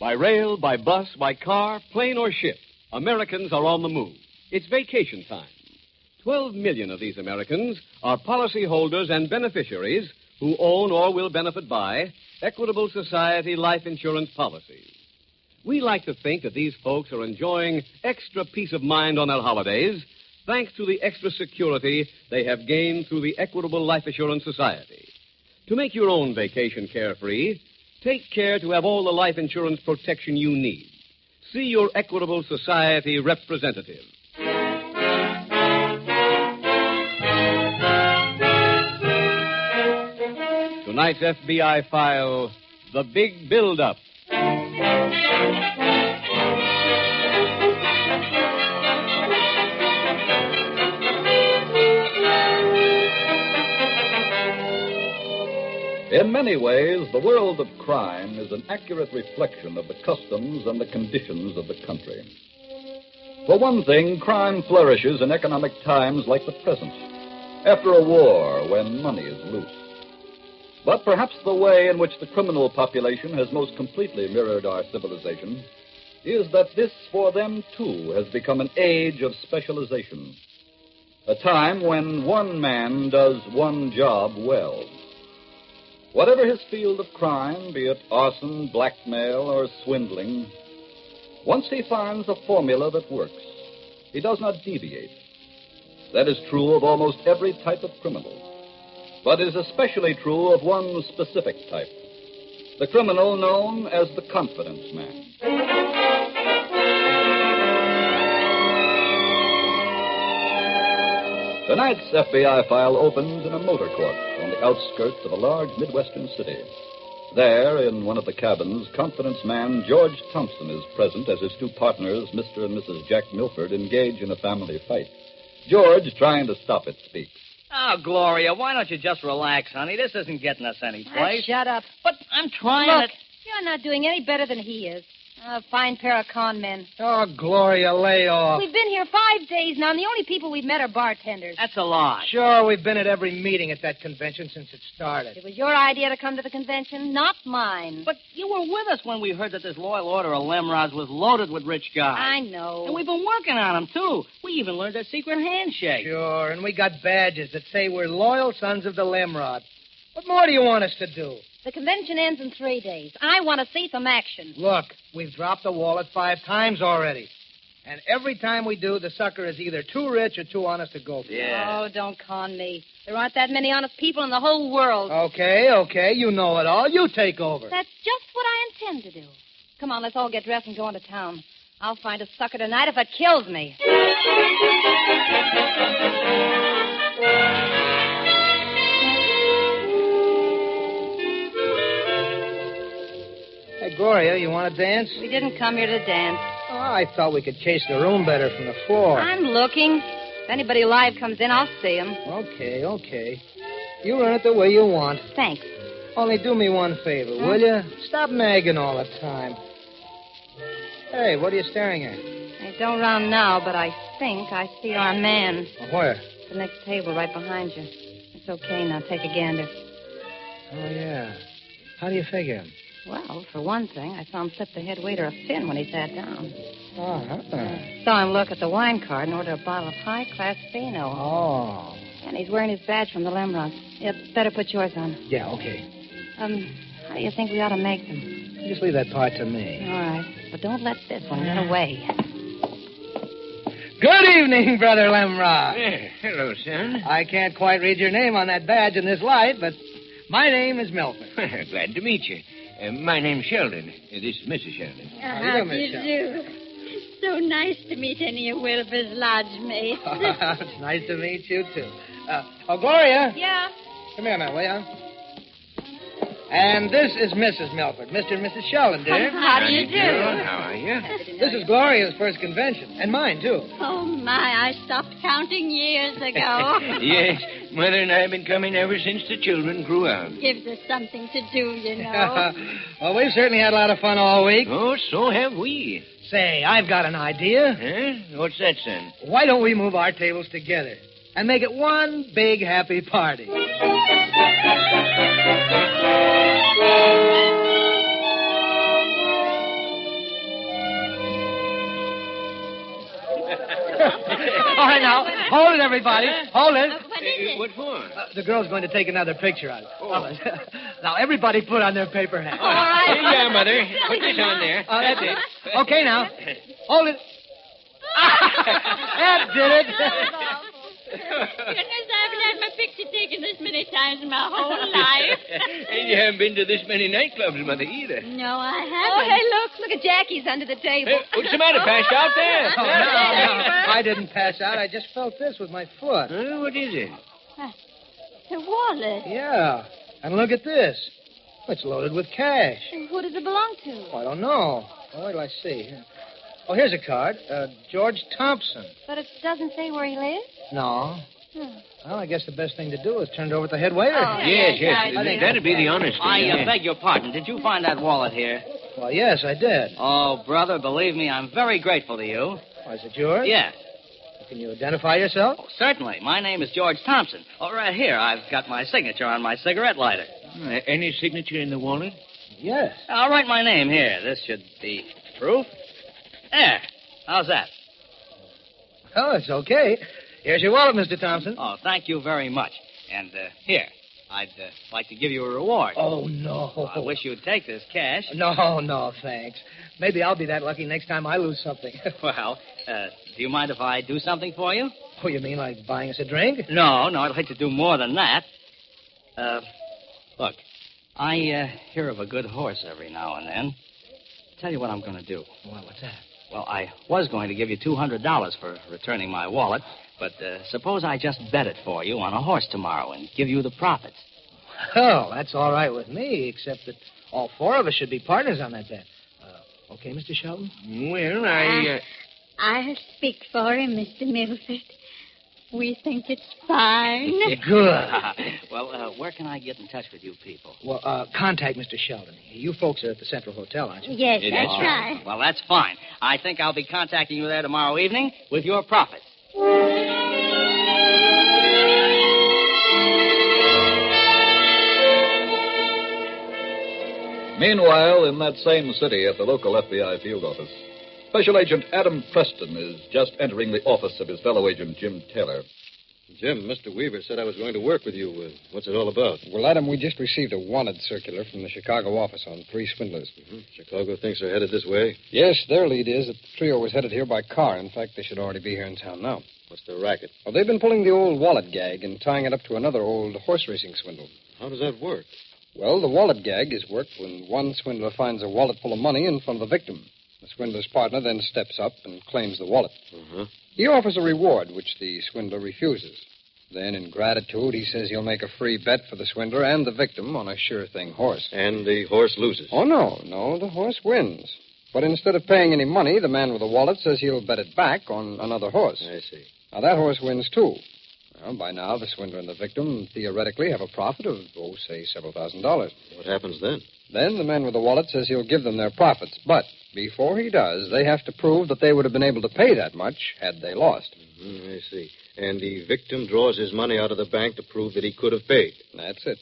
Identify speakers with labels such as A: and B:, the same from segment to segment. A: By rail, by bus, by car, plane, or ship, Americans are on the move. It's vacation time. Twelve million of these Americans are policyholders and beneficiaries who own or will benefit by Equitable Society life insurance policies. We like to think that these folks are enjoying extra peace of mind on their holidays thanks to the extra security they have gained through the Equitable Life Assurance Society. To make your own vacation carefree, take care to have all the life insurance protection you need. See your Equitable Society representative. Tonight's FBI file The Big Build-Up.
B: In many ways, the world of crime is an accurate reflection of the customs and the conditions of the country. For one thing, crime flourishes in economic times like the present, after a war when money is loose. But perhaps the way in which the criminal population has most completely mirrored our civilization is that this, for them too, has become an age of specialization, a time when one man does one job well. Whatever his field of crime, be it arson, blackmail, or swindling, once he finds a formula that works, he does not deviate. That is true of almost every type of criminal, but is especially true of one specific type the criminal known as the confidence man. Tonight's FBI file opens in a motor court on the outskirts of a large Midwestern city. There, in one of the cabins, confidence man George Thompson is present as his two partners, Mr. and Mrs. Jack Milford, engage in a family fight. George, trying to stop it, speaks.
C: Oh, Gloria, why don't you just relax, honey? This isn't getting us anyplace.
D: shut up.
C: But I'm trying
D: Look,
C: to.
D: you're not doing any better than he is. A fine pair of con men.
C: Oh, Gloria, lay off.
D: We've been here five days now, and the only people we've met are bartenders.
C: That's a lie.
E: Sure, we've been at every meeting at that convention since it started.
D: It was your idea to come to the convention, not mine.
C: But you were with us when we heard that this Loyal Order of Lemrods was loaded with rich guys.
D: I know.
C: And we've been working on them, too. We even learned their secret handshake.
E: Sure, and we got badges that say we're loyal sons of the Lemrod. What more do you want us to do?
D: The convention ends in three days. I want to see some action.
E: Look, we've dropped the wallet five times already. And every time we do, the sucker is either too rich or too honest to go for it.
C: Yeah.
D: Oh, don't con me. There aren't that many honest people in the whole world.
E: Okay, okay, you know it all. You take over.
D: That's just what I intend to do. Come on, let's all get dressed and go into town. I'll find a sucker tonight if it kills me.
E: Hey, Gloria, you want to dance?
D: We didn't come here to dance.
E: Oh, I thought we could chase the room better from the floor.
D: I'm looking. If anybody alive comes in, I'll see him.
E: Okay, okay. You run it the way you want.
D: Thanks.
E: Only do me one favor,
D: Huh?
E: will you? Stop nagging all the time. Hey, what are you staring at?
D: I don't round now, but I think I see our man.
E: Well, Where?
D: The next table right behind you. It's okay now. Take a gander.
E: Oh, yeah. How do you figure him?
D: Well, for one thing, I saw him flip the head waiter a fin when he sat down.
E: Oh, huh.
D: Saw him look at the wine card and order a bottle of high class Fino.
E: oh.
D: And He's wearing his badge from the Lemros. You'd better put yours on.
E: Yeah, okay.
D: Um, how do you think we ought to make them?
E: Just leave that part to
D: All
E: me.
D: right. But don't let this one get away.
E: Good evening, Brother Lemra.
F: hello, son.
E: I can't quite read your name on that badge in this light, but my name is Milton.
F: Glad to meet you. Uh, my name's Sheldon. Uh, this is Mrs. Sheldon.
G: Uh-huh.
E: How do you do, Miss
G: do? So nice to meet any of Wilbur's lodge mates.
E: it's nice to meet you, too. Uh, oh, Gloria.
G: yeah.
E: Come here now, will ya? And this is Mrs. Melford, Mr. and Mrs. Sheldon, dear.
G: How do you do?
F: How are you?
E: This is Gloria's first convention, and mine, too.
G: Oh, my, I stopped counting years ago.
F: yes, Mother and I have been coming ever since the children grew up.
G: Gives us something to do, you know.
E: well, we've certainly had a lot of fun all week.
F: Oh, so have we.
E: Say, I've got an idea.
F: Huh? What's that, son?
E: Why don't we move our tables together and make it one big happy party? All right, now, hold it, everybody. Hold it.
G: what is
F: Uh,
G: it?
F: what for?
E: Uh, the girl's going to take another picture of it. Fellas, now, everybody put on their paper hats.
G: All right.
F: Here you are, Mother. Put this on there.
E: Uh,
F: That's it.
E: Okay, now. Hold it. that did
G: That was
E: it.
G: awful. Goodness, I haven't had my picture taken this many times in my whole life.
F: and you haven't been to this many nightclubs, Mother, either.
G: no, I
D: Oh,
G: haven't.
D: hey, look. Look at Jackie's under the table.
F: Hey, what's the matter? Passed out there?
E: Oh, no, no. I didn't pass out. I just felt this with my foot.
F: Huh? What is it?
G: The wallet.
E: Yeah. And look at this. It's loaded with cash.
G: Who does it belong to?
E: Oh, I don't know. Oh, wait till I see. Here. Oh, here's a card. Uh, George Thompson.
G: But it doesn't say where he lives.
E: No.
D: Oh,
E: Well, I guess the best thing to do is turn it over to the head waiter.
F: Yes, yes.
E: Oh, I think-
F: That'd be the honest
C: I
F: thing.
C: uh, beg your pardon. Did you find that wallet here?
E: Well, yes, I did.
C: Oh, brother, believe me, I'm very grateful to you.
E: Oh, is it yours?
C: Yeah,
E: Can you identify yourself?
C: certainly. My name is George Thompson. Oh, right here, I've got my signature on my cigarette lighter.
F: Uh, Any signature in the wallet?
E: Yes.
C: I'll write my name here. This should be proof. There. How's that?
E: Oh, it's okay. Here's your wallet, Mr. Thompson.
C: Oh, thank you very much. And uh, here, I'd uh, like to give you a reward.
E: Oh, no.
C: I wish you'd take this cash.
E: No, no, thanks. Maybe I'll be that lucky next time I lose something.
C: Well, uh, do you mind if I do something for you?
E: oh, you mean like buying us a drink?
C: No, no, I'd like to do more than that. Uh, look, I uh, hear of a good horse every now and then. Tell you what I'm going to do.
E: Well, what's that?
C: Well, I was going to give you $200 for returning my wallet, but uh, suppose I just bet it for you on a horse tomorrow and give you the profits.
E: Oh, that's all right with me, except that all four of us should be partners on that bet. Uh, okay, Mr. Shelton?
F: Well, I. Uh...
G: I'll speak for him, Mr. Milford. We think it's fine.
E: Good.
C: well, uh, where can I get in touch with you people?
E: Well, uh, contact Mr. Sheldon. You folks are at the Central Hotel, aren't you?
G: Yes,
F: It
G: that's
F: is.
G: right.
C: Well, that's fine. I think I'll be contacting you there tomorrow evening with your profits.
B: Meanwhile, in that same city at the local FBI field office, Special Agent Adam Preston is just entering the office of his fellow agent, Jim Taylor.
A: Jim, Mr. Weaver said I was going to work with you. Uh, what's it all about?
H: Well, Adam, we just received a wanted circular from the Chicago office on three swindlers.
A: Chicago thinks they're headed this way.
H: Yes, their lead is that the trio was headed here by car. In fact, they should already be here in town now.
A: What's the racket?
H: Well, they've been pulling the old wallet gag and tying it up to another old horse racing swindle.
A: How does that work?
H: Well, the wallet gag is worked when one swindler finds a wallet full of money in front of the victim. The swindler's partner then steps up and claims the wallet.
A: Uh-huh.
H: He offers a reward, which the swindler refuses. Then, in gratitude, he says he'll make a free bet for the swindler and the victim on a sure thing horse.
A: And the horse loses.
H: Oh, no, no, the horse wins. But instead of paying any money, the man with the wallet says he'll bet it back on another horse.
A: I see.
H: Now, that horse wins, too. Well, by now, the swindler and the victim theoretically have a profit of, oh, say, several thousand dollars.
A: What happens then?
H: Then the man with the wallet says he'll give them their profits. But before he does, they have to prove that they would have been able to pay that much had they lost.
A: Hmm, I see. And the victim draws his money out of the bank to prove that he could have paid.
H: That's it.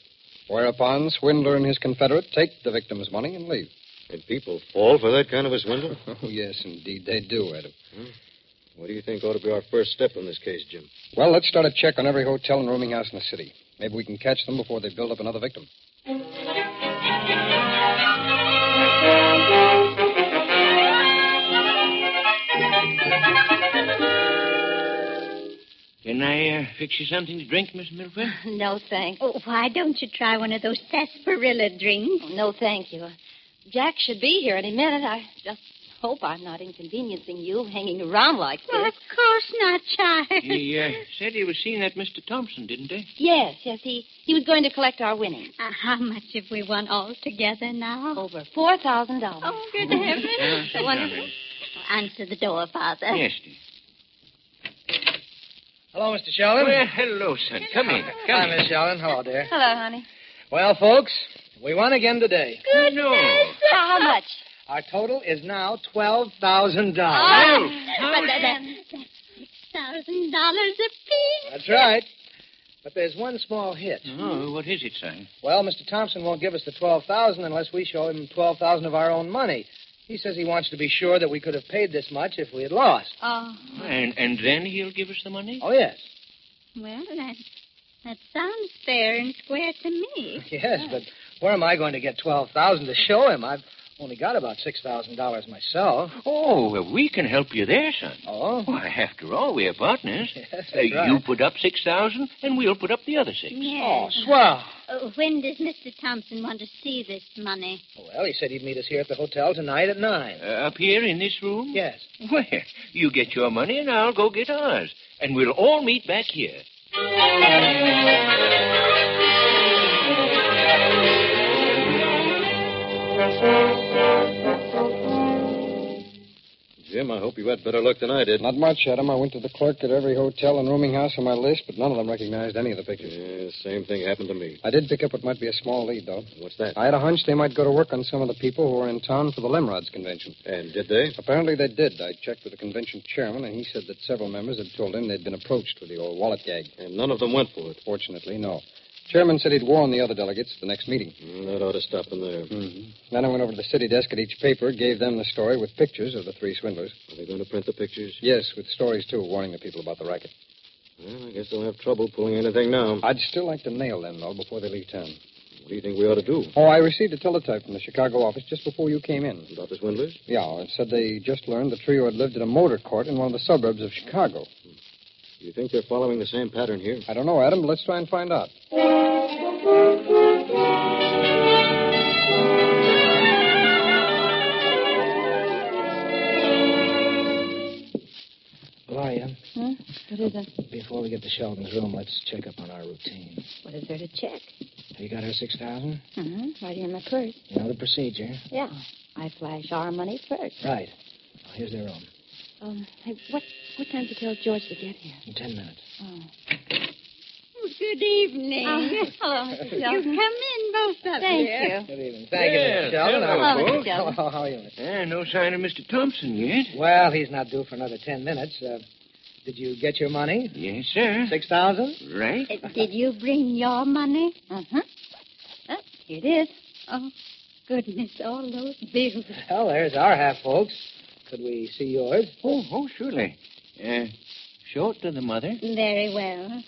H: Whereupon, Swindler and his confederate take the victim's money and leave.
A: And people fall for that kind of a swindle? Hmm?
H: Oh, yes, indeed, they do, Adam.
I: What do you think ought to be our first step in this case, Jim?
H: Well, let's start a check on every hotel and rooming house in the city. Maybe we can catch them before they build up another victim.
F: Can I uh, fix you something to drink, Miss Milford?
G: No, thanks. Oh, why don't you try one of those sarsaparilla drinks?
D: Oh, No, thank you. Jack should be here any minute. I just hope I'm not inconveniencing you hanging around like this.
G: Well, of course not, child.
F: He uh, said he was seeing that Mr. Thompson, didn't he?
D: Yes, yes, he, he was going to collect our winnings.
G: Uh, how much have we won all together now?
D: Over $4,000.
G: Oh, good heavens.
F: Yeah,
G: Wonderful. Answer the door, Father.
F: Yes, dear.
E: Hello, Mr. Sheldon.
F: Well, hello, son. Come in. Come
E: Hi, Miss
F: in.
E: Sheldon. Hello, dear.
D: Hello, honey.
E: Well, folks, we won again today.
G: Goodness.
D: How much?
E: Our total is now twelve thousand dollars.
G: Oh, but that, that's six thousand dollars apiece.
E: That's right. But there's one small hitch.
F: Oh, what is it, son?
E: Well, Mr. Thompson won't give us the twelve thousand unless we show him twelve thousand of our own money. He says he wants to be sure that we could have paid this much if we had lost.
D: Oh,
F: And, and then he'll give us the money?
E: Oh yes,
G: Well, that that sounds fair and square to me.
E: yes. But where am I going to get twelve thousand to show him? I've only got about six thousand dollars myself.
F: Oh, well, we can help you there, son.
E: Oh.
F: Why, after all, we're partners.
E: Yes, that's
F: Uh, You
E: right.
F: put up 6000 and we'll put up the other six.
E: Oh,
G: Yes.
E: swell.
G: Uh, when does Mr. Thompson want to see this money?
E: Well, he said he'd meet us here at the hotel tonight at nine.
F: Uh, up here in this room?
E: Yes.
F: Well, you get your money and I'll go get ours. And we'll all meet back here.
G: Oh,
H: Hmm,
I: Jim, I hope you had better luck than I did.
H: Not much, Adam. I went to the clerk at every hotel and rooming house on my list, but none of them recognized any of the pictures.
I: Yeah, same thing happened to me.
H: I did pick up what might be a small lead, though.
I: What's that?
H: I had a hunch they might go to work on some of the people who were in town for the Lemrod's convention.
I: And did they?
H: Apparently they did. I checked with the convention chairman, and he said that several members had told him they'd been approached with the old wallet gag.
I: And none of them went for it.
H: Fortunately, no. Chairman said he'd warn the other delegates at the next meeting. Mm-hmm.
I: Mm, That ought to stop them there.
H: Then I went over to the city desk at each paper, gave them the story with pictures of the three swindlers.
I: Are they going to print the pictures?
H: Yes, with stories, too, warning the people about the racket.
I: Well, I guess they'll have trouble pulling anything now.
H: I'd still like to nail them, though, before they leave town.
I: What do you think we ought to do
H: Oh, I received a teletype from the Chicago office just before you came in.
I: about the swindlers?
H: Yeah, it said they just learned the trio had lived at a motor court in one of the suburbs of Chicago.
I: Hmm. You think they're following the same pattern here?
H: I don't know, Adam, but let's try and find out.
E: Gloria,
D: Hmm? What is it?
E: before we get to Sheldon's room, let's check up on our routine.
D: What is there to check?
E: Have you got her six thousand?
D: Uh-huh. Right here in my purse.
E: You know the procedure.
D: Yeah. I flash our money first.
E: Right. Well, here's their room.
D: Um, hey, what what time did you tell George to get here?
E: In ten minutes.
D: Oh.
G: Oh, good evening.
D: hello, Mrs.
G: You've come in, both of
D: Thank
G: you.
D: you.
E: Good evening. Thank you,
F: Yes,
E: Mr. Sheldon.
F: hello,
E: How-
D: folks. Hello, Mr.
E: Hello, how are you? Miss?
F: Eh, no sign of Mr. Thompson yet.
E: Well, he's not due for another ten minutes. Uh, did you get your money?
F: Yes, sir.
E: Six thousand?
F: Right?
G: Uh, did you bring your money?
D: Uh-huh. Oh, here it is.
G: Oh, goodness, all those bills.
E: Well, there's our half, folks. Could we see yours?
F: Oh, oh, surely. Uh, show it to the mother.
G: Very well.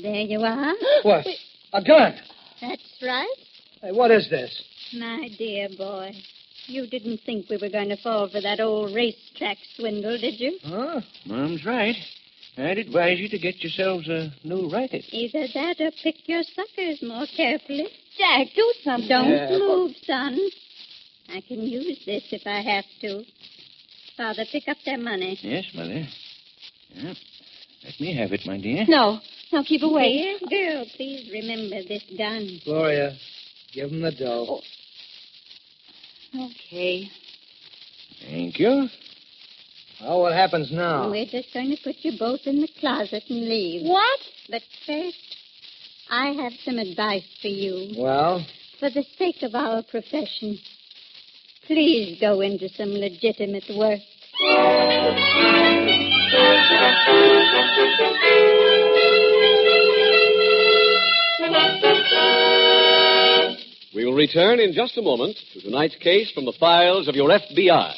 G: There you are.
E: What? A gun.
G: That's right.
E: Hey, what is this?
G: My dear boy, you didn't think we were going to fall for that old racetrack swindle, did you?
E: Huh?
F: Mom's right. I'd advise you to get yourselves a new racket.
G: Either that or pick your suckers more carefully.
D: Jack, do something.
G: Don't
E: Yeah, but-
G: move, son. I can use this if I have to. Father, pick up their money.
F: Yes, mother. Yeah. Let me have it, my dear.
D: No. No, keep away.
G: Dear girl, please remember this gun.
E: Gloria, give him the dough.
D: Oh. Okay.
F: Thank you.
E: Well, what happens now?
G: We're just going to put you both in the closet and leave.
D: What?
G: But first, I have some advice for you.
E: Well,
G: For the sake of our profession, please go into some legitimate work.
A: We will return in just a moment to tonight's case from the files of your FBI.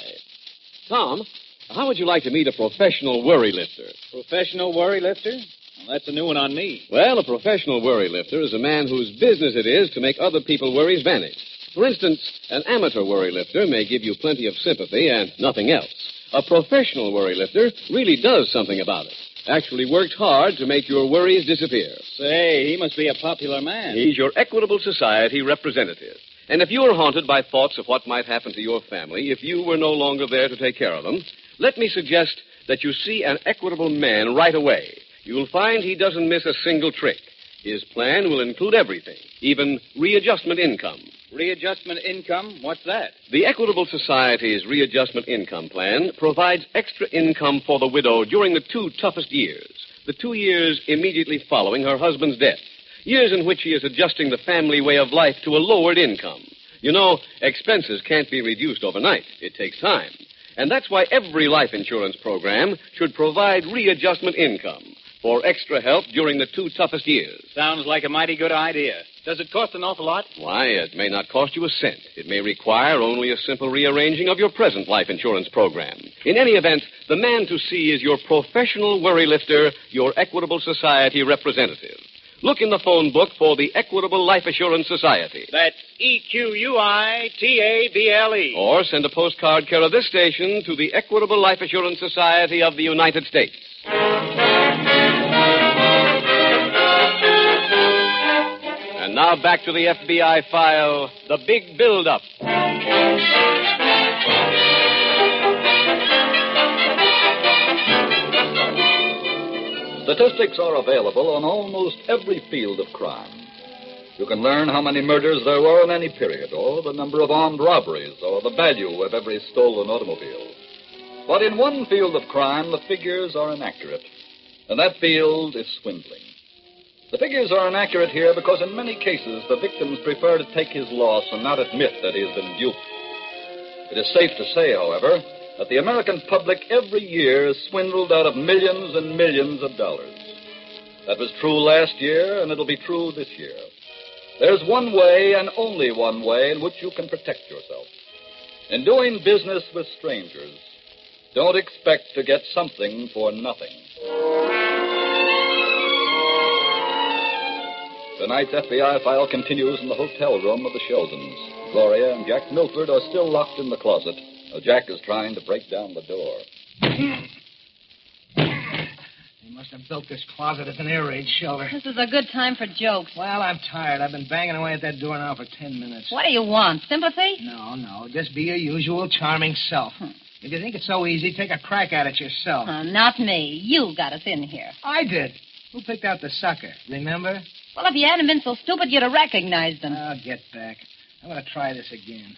A: Tom, How would you like to meet a professional worry lifter?
J: Professional worry lifter? Well, that's a new one on me.
A: Well, a professional worry lifter is a man whose business it is to make other people's worries vanish. For instance, an amateur worry lifter may give you plenty of sympathy and nothing else. A professional worry lifter really does something about it. Actually works hard to make your worries disappear.
J: Say, he must be a popular man.
A: He's your Equitable Society representative. And if you are haunted by thoughts of what might happen to your family if you were no longer there to take care of them, let me suggest that you see an equitable man right away. You'll find he doesn't miss a single trick. His plan will include everything, even readjustment income.
J: Readjustment income? What's that?
A: The Equitable Society's readjustment income plan provides extra income for the widow during the two toughest years, the two years immediately following her husband's death, years in which she is adjusting the family way of life to a lowered income. You know, expenses can't be reduced overnight, it takes time. And that's why every life insurance program should provide readjustment income for extra help during the two toughest years.
J: Sounds like a mighty good idea. Does it cost an awful lot?
A: Why, it may not cost you a cent. It may require only a simple rearranging of your present life insurance program. In any event, the man to see is your professional worry lifter, your Equitable Society representative. Look in the phone book for the Equitable Life Assurance Society.
J: That's E Q U I T A B L E.
A: Or send a postcard care of this station to the Equitable Life Assurance Society of the United States. And now back to the FBI file The Big Build Up.
B: Statistics are available on almost every field of crime. You can learn how many murders there were in any period, or the number of armed robberies, or the value of every stolen automobile. But in one field of crime, the figures are inaccurate, and that field is swindling. The figures are inaccurate here because in many cases the victims prefer to take his loss and not admit that he has been duped. It is safe to say, however, that the American public every year is swindled out of millions and millions of dollars. That was true last year, and it'll be true this year. There's one way and only one way in which you can protect yourself. In doing business with strangers, don't expect to get something for nothing. Tonight's FBI file continues in the hotel room of the Sheldons. Gloria and Jack Milford are still locked in the closet. while Jack is trying to break down the door.
E: They must have built this closet as an air raid shelter.
D: This is a good time for jokes.
E: Well, I'm tired. I've been banging away at that door now for ten minutes.
D: What do you want? Sympathy?
E: No, no. Just be your usual charming self. If you think it's so easy, take a crack at it yourself.
D: Uh, not me. You got us in here.
E: I did. Who picked out the sucker? Remember?
D: Well, if you hadn't been so stupid, you'd have recognized them.
E: I'll get back. I'm going to try this again.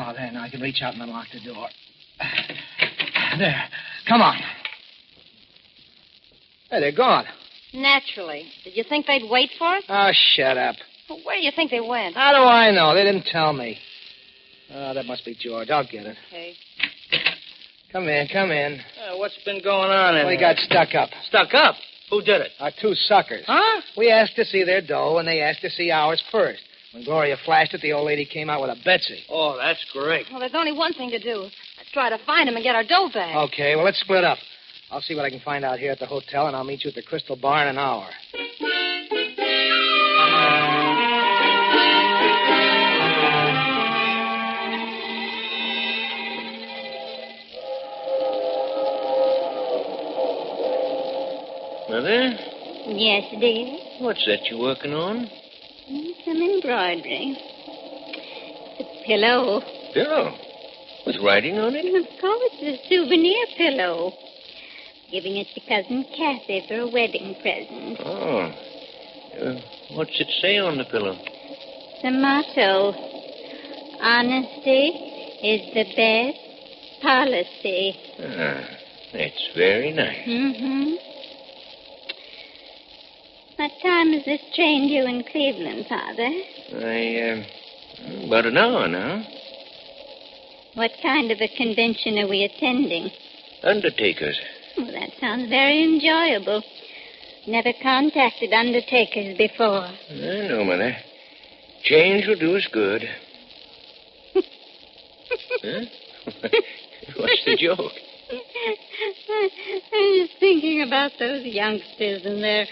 E: Oh, there, now I can reach out and unlock the door. There. Come on. Hey, they're gone.
D: Naturally. Did you think they'd wait for us?
E: Oh, shut up.
D: Well, Where do you think they went?
E: How do I know? They didn't tell me. Oh, that must be George. I'll get it.
D: Okay.
E: Come in, come in.
C: Uh,
J: what's been going on in
E: we
J: here?
E: got stuck up.
J: stuck up. Who did it?
E: Our two suckers.
J: Huh?
E: We asked to see their dough, and they asked to see ours first. When Gloria flashed it, the old lady came out with a Betsy.
J: Oh, that's great.
D: Well, there's only one thing to do. Let's try to find them and get our dough back.
E: Okay, well, let's split up. I'll see what I can find out here at the hotel, and I'll meet you at the Crystal Bar in an hour. Oh.
F: Mother,
G: Yes, dear.
F: what's that you're working on?
G: Some embroidery. The pillow.
F: Pillow. With writing on it?
G: Of course, a souvenir pillow. Giving it to Cousin Kathy for a wedding present.
F: Oh. Uh, what's it say on the pillow?
G: The motto Honesty is the best policy.
F: Ah, that's very nice.
G: Mm-hmm. What time is this train due in Cleveland, Father?
F: I, uh, about an hour now.
G: What kind of a convention are we attending?
F: Undertakers.
G: Well, that sounds very enjoyable. Never contacted undertakers before.
F: I know, Mother. Change will do us good. Huh? What's the joke?
G: I'm just thinking about those youngsters and their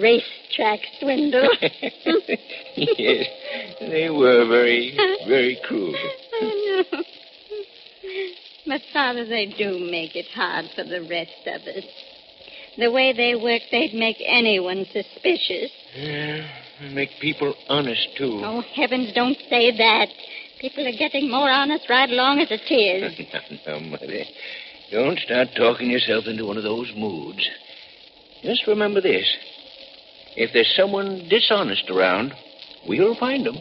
G: racetrack swindle.
F: yes, they were very, very cruel.
G: I know. But, Father, they do make it hard for the rest of us. The way they work, they'd make anyone suspicious.
F: Yeah, make people honest, too.
G: Oh, heavens, don't say that. People are getting more honest right along as it is.
F: No, no, Mother. Don't start talking yourself into one of those moods. Just remember this. If there's someone dishonest around, we'll find them.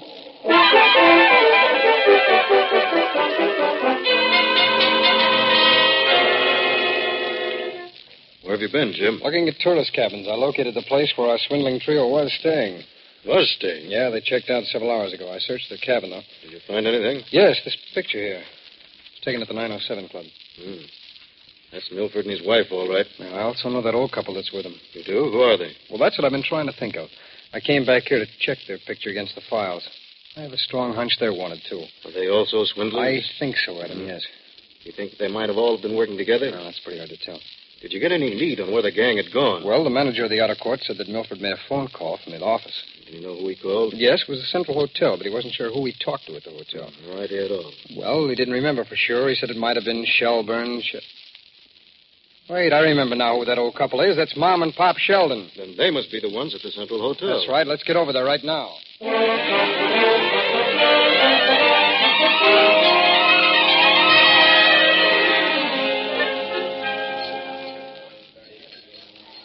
H: Where have you been, Jim? Looking at tourist cabins. I located the place where our swindling trio was staying.
I: Was staying?
H: Yeah, they checked out several hours ago. I searched their cabin, though.
I: Did you find anything?
H: Yes, this picture here. It's taken at the 907 Club.
I: Hmm. That's Milford and his wife, all right.
H: Now, I also know that old couple that's with them.
I: You do? Who are they?
H: Well, that's what I've been trying to think of. I came back here to check their picture against the files. I have a strong hunch they're wanted, too.
I: Are they also
H: I
I: swindlers?
H: think so, Adam, yes.
I: Hmm. You think they might have all been working together?
H: No, that's pretty hard to tell.
I: Did you get any lead on where the gang had gone?
H: Well, the manager of the outer court said that Milford made a phone call from the office.
I: Do you know who he called?
H: Yes, it was the Central Hotel, but he wasn't sure who he talked to at the hotel.
I: No idea at all.
H: Well, he didn't remember for sure. He said it might have been Shelburne. Sh- Wait, I remember now who that old couple is. That's Mom and Pop Sheldon.
I: Then they must be the ones at the Central Hotel.
H: That's right. Let's get over there right now.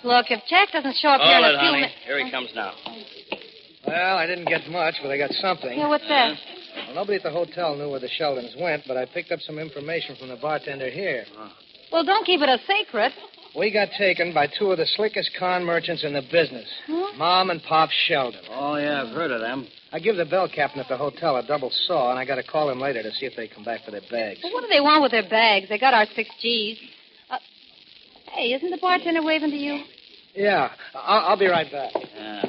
D: Look, if Jack doesn't show up here
C: Hold
D: in
C: it,
D: a few
C: honey.
D: minutes.
C: Here he comes now.
E: Well, I didn't get much, but I got something.
D: Yeah, what's that?
E: Well, nobody at the hotel knew where the Sheldons went, but I picked up some information from the bartender here.
D: Well, don't keep it a secret.
E: We got taken by two of the slickest con merchants in the business,
D: Huh?
E: Mom and Pop Sheldon.
C: Oh, yeah, I've heard of them.
E: I give the bell captain at the hotel a double saw, and I got to call him later to see if they come back for their bags.
D: Well, what do they want with their bags? They got our six G's. Uh, hey, isn't the bartender waving to you?
E: Yeah, I'll, I'll be right back.
C: Yeah. Uh,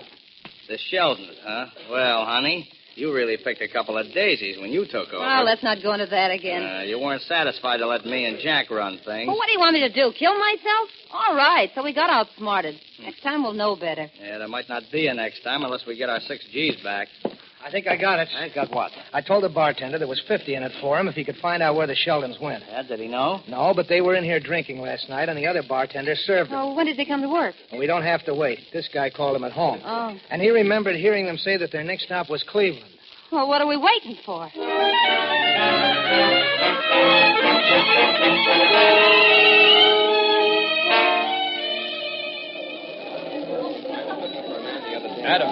C: The Sheldons, huh? Well, honey, you really picked a couple of daisies when you took over.
D: Oh, let's not go into that again.
C: Uh, you weren't satisfied to let me and Jack run things.
D: Well, what do you want me to do? Kill myself? All right, so we got outsmarted. Next time we'll know better.
C: Yeah, there might not be a next time unless we get our six G's back.
E: I think I got it.
C: I got what?
E: I told the bartender there was 50 in it for him if he could find out where the Sheldons went.
C: Yeah, did he know?
E: No, but they were in here drinking last night, and the other bartender served them.
D: Oh, when did they come to work?
E: And we don't have to wait. This guy called him at home.
D: Oh,
E: And he remembered hearing them say that their next stop was Cleveland.
D: well, what are we waiting for?
H: Adam.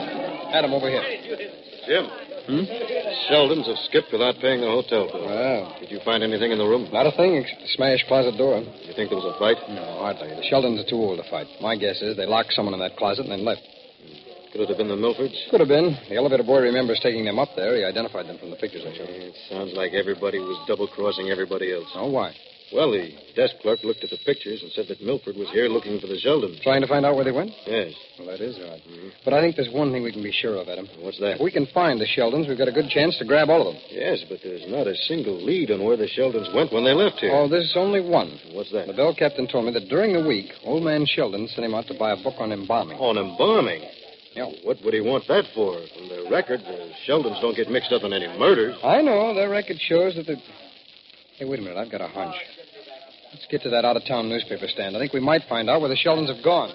H: Adam, over here. Hmm?
I: Jim. Sheldon's have skipped without paying the hotel bill.
H: Wow.
I: Did you find anything in the room?
H: Not a thing except the smashed closet door.
I: You think there was a fight?
H: No, hardly. The Sheldons are too old to fight. My guess is they locked someone in that closet and then left.
I: Could it have been the Milfords?
H: Could have been. The elevator boy remembers taking them up there. He identified them from the pictures I showed him.
I: It sounds like everybody was double crossing everybody else.
H: Oh, why?
I: Well, the desk clerk looked at the pictures and said that Milford was here looking for the Sheldons.
H: Trying to find out where they went?
I: Yes.
H: Well, that is odd. But I think there's one thing we can be sure of, Adam.
I: What's that?
H: If we can find the Sheldons, we've got a good chance to grab all of them.
I: Yes, but there's not a single lead on where the Sheldons went when they left here.
H: Oh, there's only one.
I: What's that?
H: The bell captain told me that during the week, old man Sheldon sent him out to buy a book on embalming.
I: On embalming.
H: Yeah.
I: What would he want that for? From the record, the Sheldons don't get mixed up in any murders.
H: I know. Their record shows that the. Hey, wait a minute. I've got a hunch. Let's get to that out of town newspaper stand. I think we might find out where the Sheldons have gone.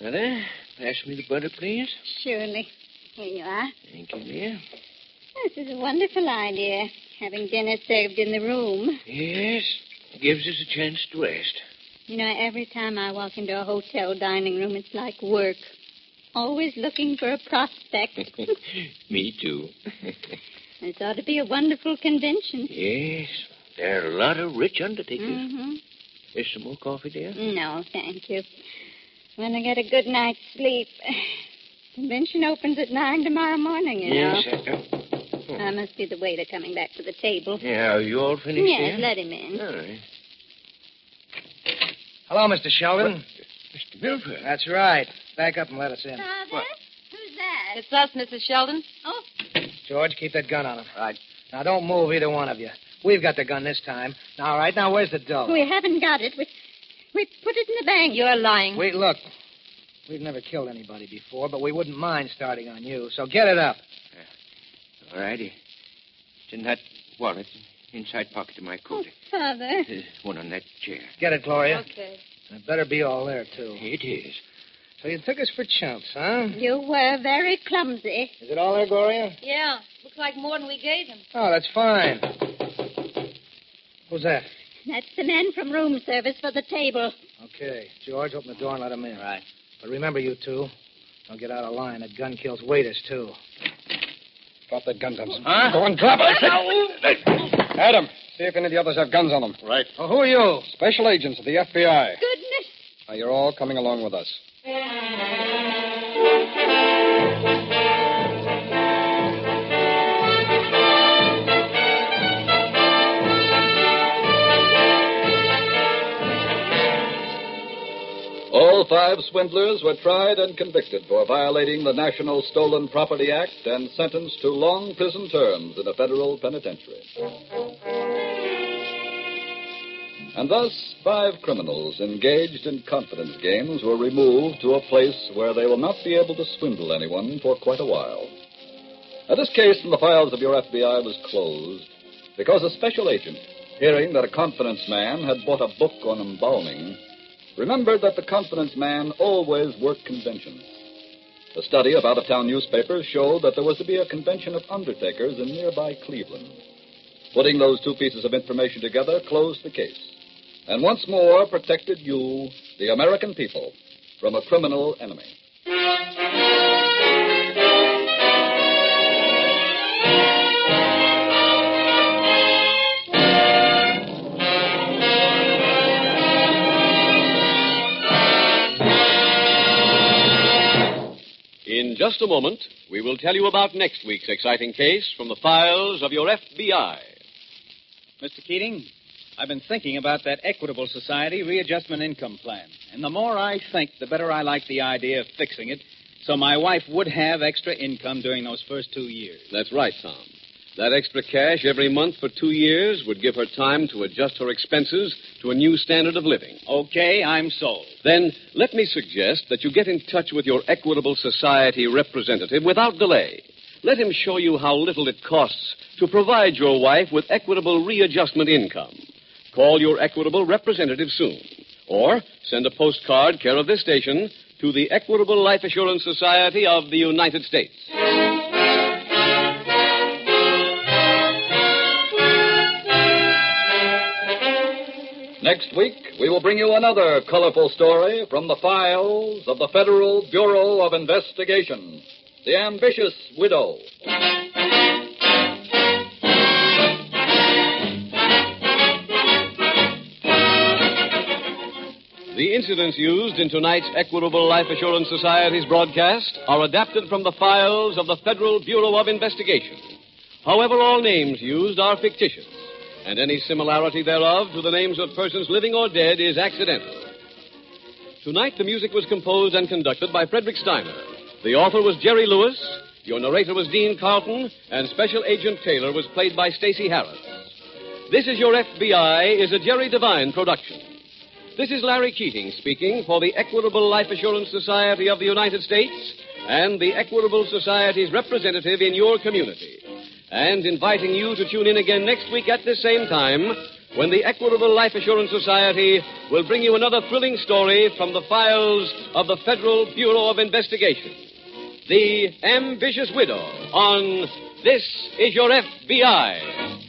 F: Mother, pass me the butter, please.
G: Surely. Here you are.
F: Thank you, dear.
G: This is a wonderful idea, having dinner served in the room.
F: Yes, gives us a chance to rest.
G: You know, every time I walk into a hotel dining room, it's like work. Always looking for a prospect.
F: me too.
G: this ought to be a wonderful convention.
F: yes, there are a lot of rich undertakers.
G: hmm
F: Is some more coffee, dear?
G: No, thank you. When I get a good night's sleep. Convention opens at nine tomorrow morning, you
F: Yes.
G: know.
F: I- oh.
G: I must be the waiter coming back to the table.
F: Yeah, are you all finished?
G: Yes,
F: dear?
G: let him in.
F: All right.
E: Hello, Mr. Sheldon.
F: Mr. Milford.
E: That's right. Back up and let us in.
G: Father? Who's that?
D: It's us, Mrs. Sheldon.
G: Oh,
E: George, keep that gun on him. Right. Now, don't move, either one of you. We've got the gun this time. Now, all right, now, where's the dough?
D: Oh.
G: we haven't got it. We, we put it in the bank. You're lying.
E: Wait, look. We've never killed anybody before, but we wouldn't mind starting on you, so get it up.
F: All righty. It's in that wallet, inside pocket of my coat.
G: Father.
F: There's one on that chair.
E: Get it, Gloria.
G: Okay.
E: And It better be all there, too.
F: It is.
E: So you took us for chumps, huh?
G: You were very clumsy.
E: Is it all there, Gloria?
D: Yeah. Looks like more than we gave him.
E: Oh, that's fine. Who's that?
G: That's the men from room service for the table.
E: Okay. George, open the door and let him in. Right. But remember, you two, don't get out of line. That gun kills waiters, too.
H: Drop that gun, Thompson. Go on, drop it. I said- Adam, see if any of the others have guns on them. Right. Well, who are you? Special agents of the FBI.
G: Goodness.
H: Now, you're all coming along with us.
B: All five swindlers were tried and convicted for violating the National Stolen Property Act and sentenced to long prison terms in a federal penitentiary. And thus, five criminals engaged in confidence games were removed to a place where they will not be able to swindle anyone for quite a while. Now, this case in the files of your FBI was closed because a special agent, hearing that a confidence man had bought a book on embalming, Remember that the confidence man always worked conventions. A study of out of town newspapers showed that there was to be a convention of undertakers in nearby Cleveland. Putting those two pieces of information together closed the case, and once more protected you, the American people, from a criminal enemy.
A: In just a moment, we will tell you about next week's exciting case from the files of your FBI.
K: Mr. Keating, I've been thinking about that Equitable Society readjustment income plan. And the more I think, the better I like the idea of fixing it so my wife would have extra income during those first two years.
A: That's right, Tom. That extra cash every month for two years would give her time to adjust her expenses to a new standard of living.
K: Okay, I'm sold.
A: Then let me suggest that you get in touch with your Equitable Society representative without delay. Let him show you how little it costs to provide your wife with equitable readjustment income. Call your Equitable representative soon. Or send a postcard care of this station to the Equitable Life Assurance Society of the United States.
B: Next week, we will bring you another colorful story from the files of the Federal Bureau of Investigation The Ambitious Widow.
A: The incidents used in tonight's Equitable Life Assurance Society's broadcast are adapted from the files of the Federal Bureau of Investigation. However, all names used are fictitious, and any similarity thereof to the names of persons living or dead is accidental. Tonight, the music was composed and conducted by Frederick Steiner. The author was Jerry Lewis, your narrator was Dean Carlton, and Special Agent Taylor was played by Stacey Harris. This is Your FBI is a Jerry Devine production. This is Larry Keating speaking for the Equitable Life Assurance Society of the United States and the Equitable Society's representative in your community. And inviting you to tune in again next week at the same time when the Equitable Life Assurance Society will bring you another thrilling story from the files of the Federal Bureau of Investigation. The Ambitious Widow on This Is Your FBI.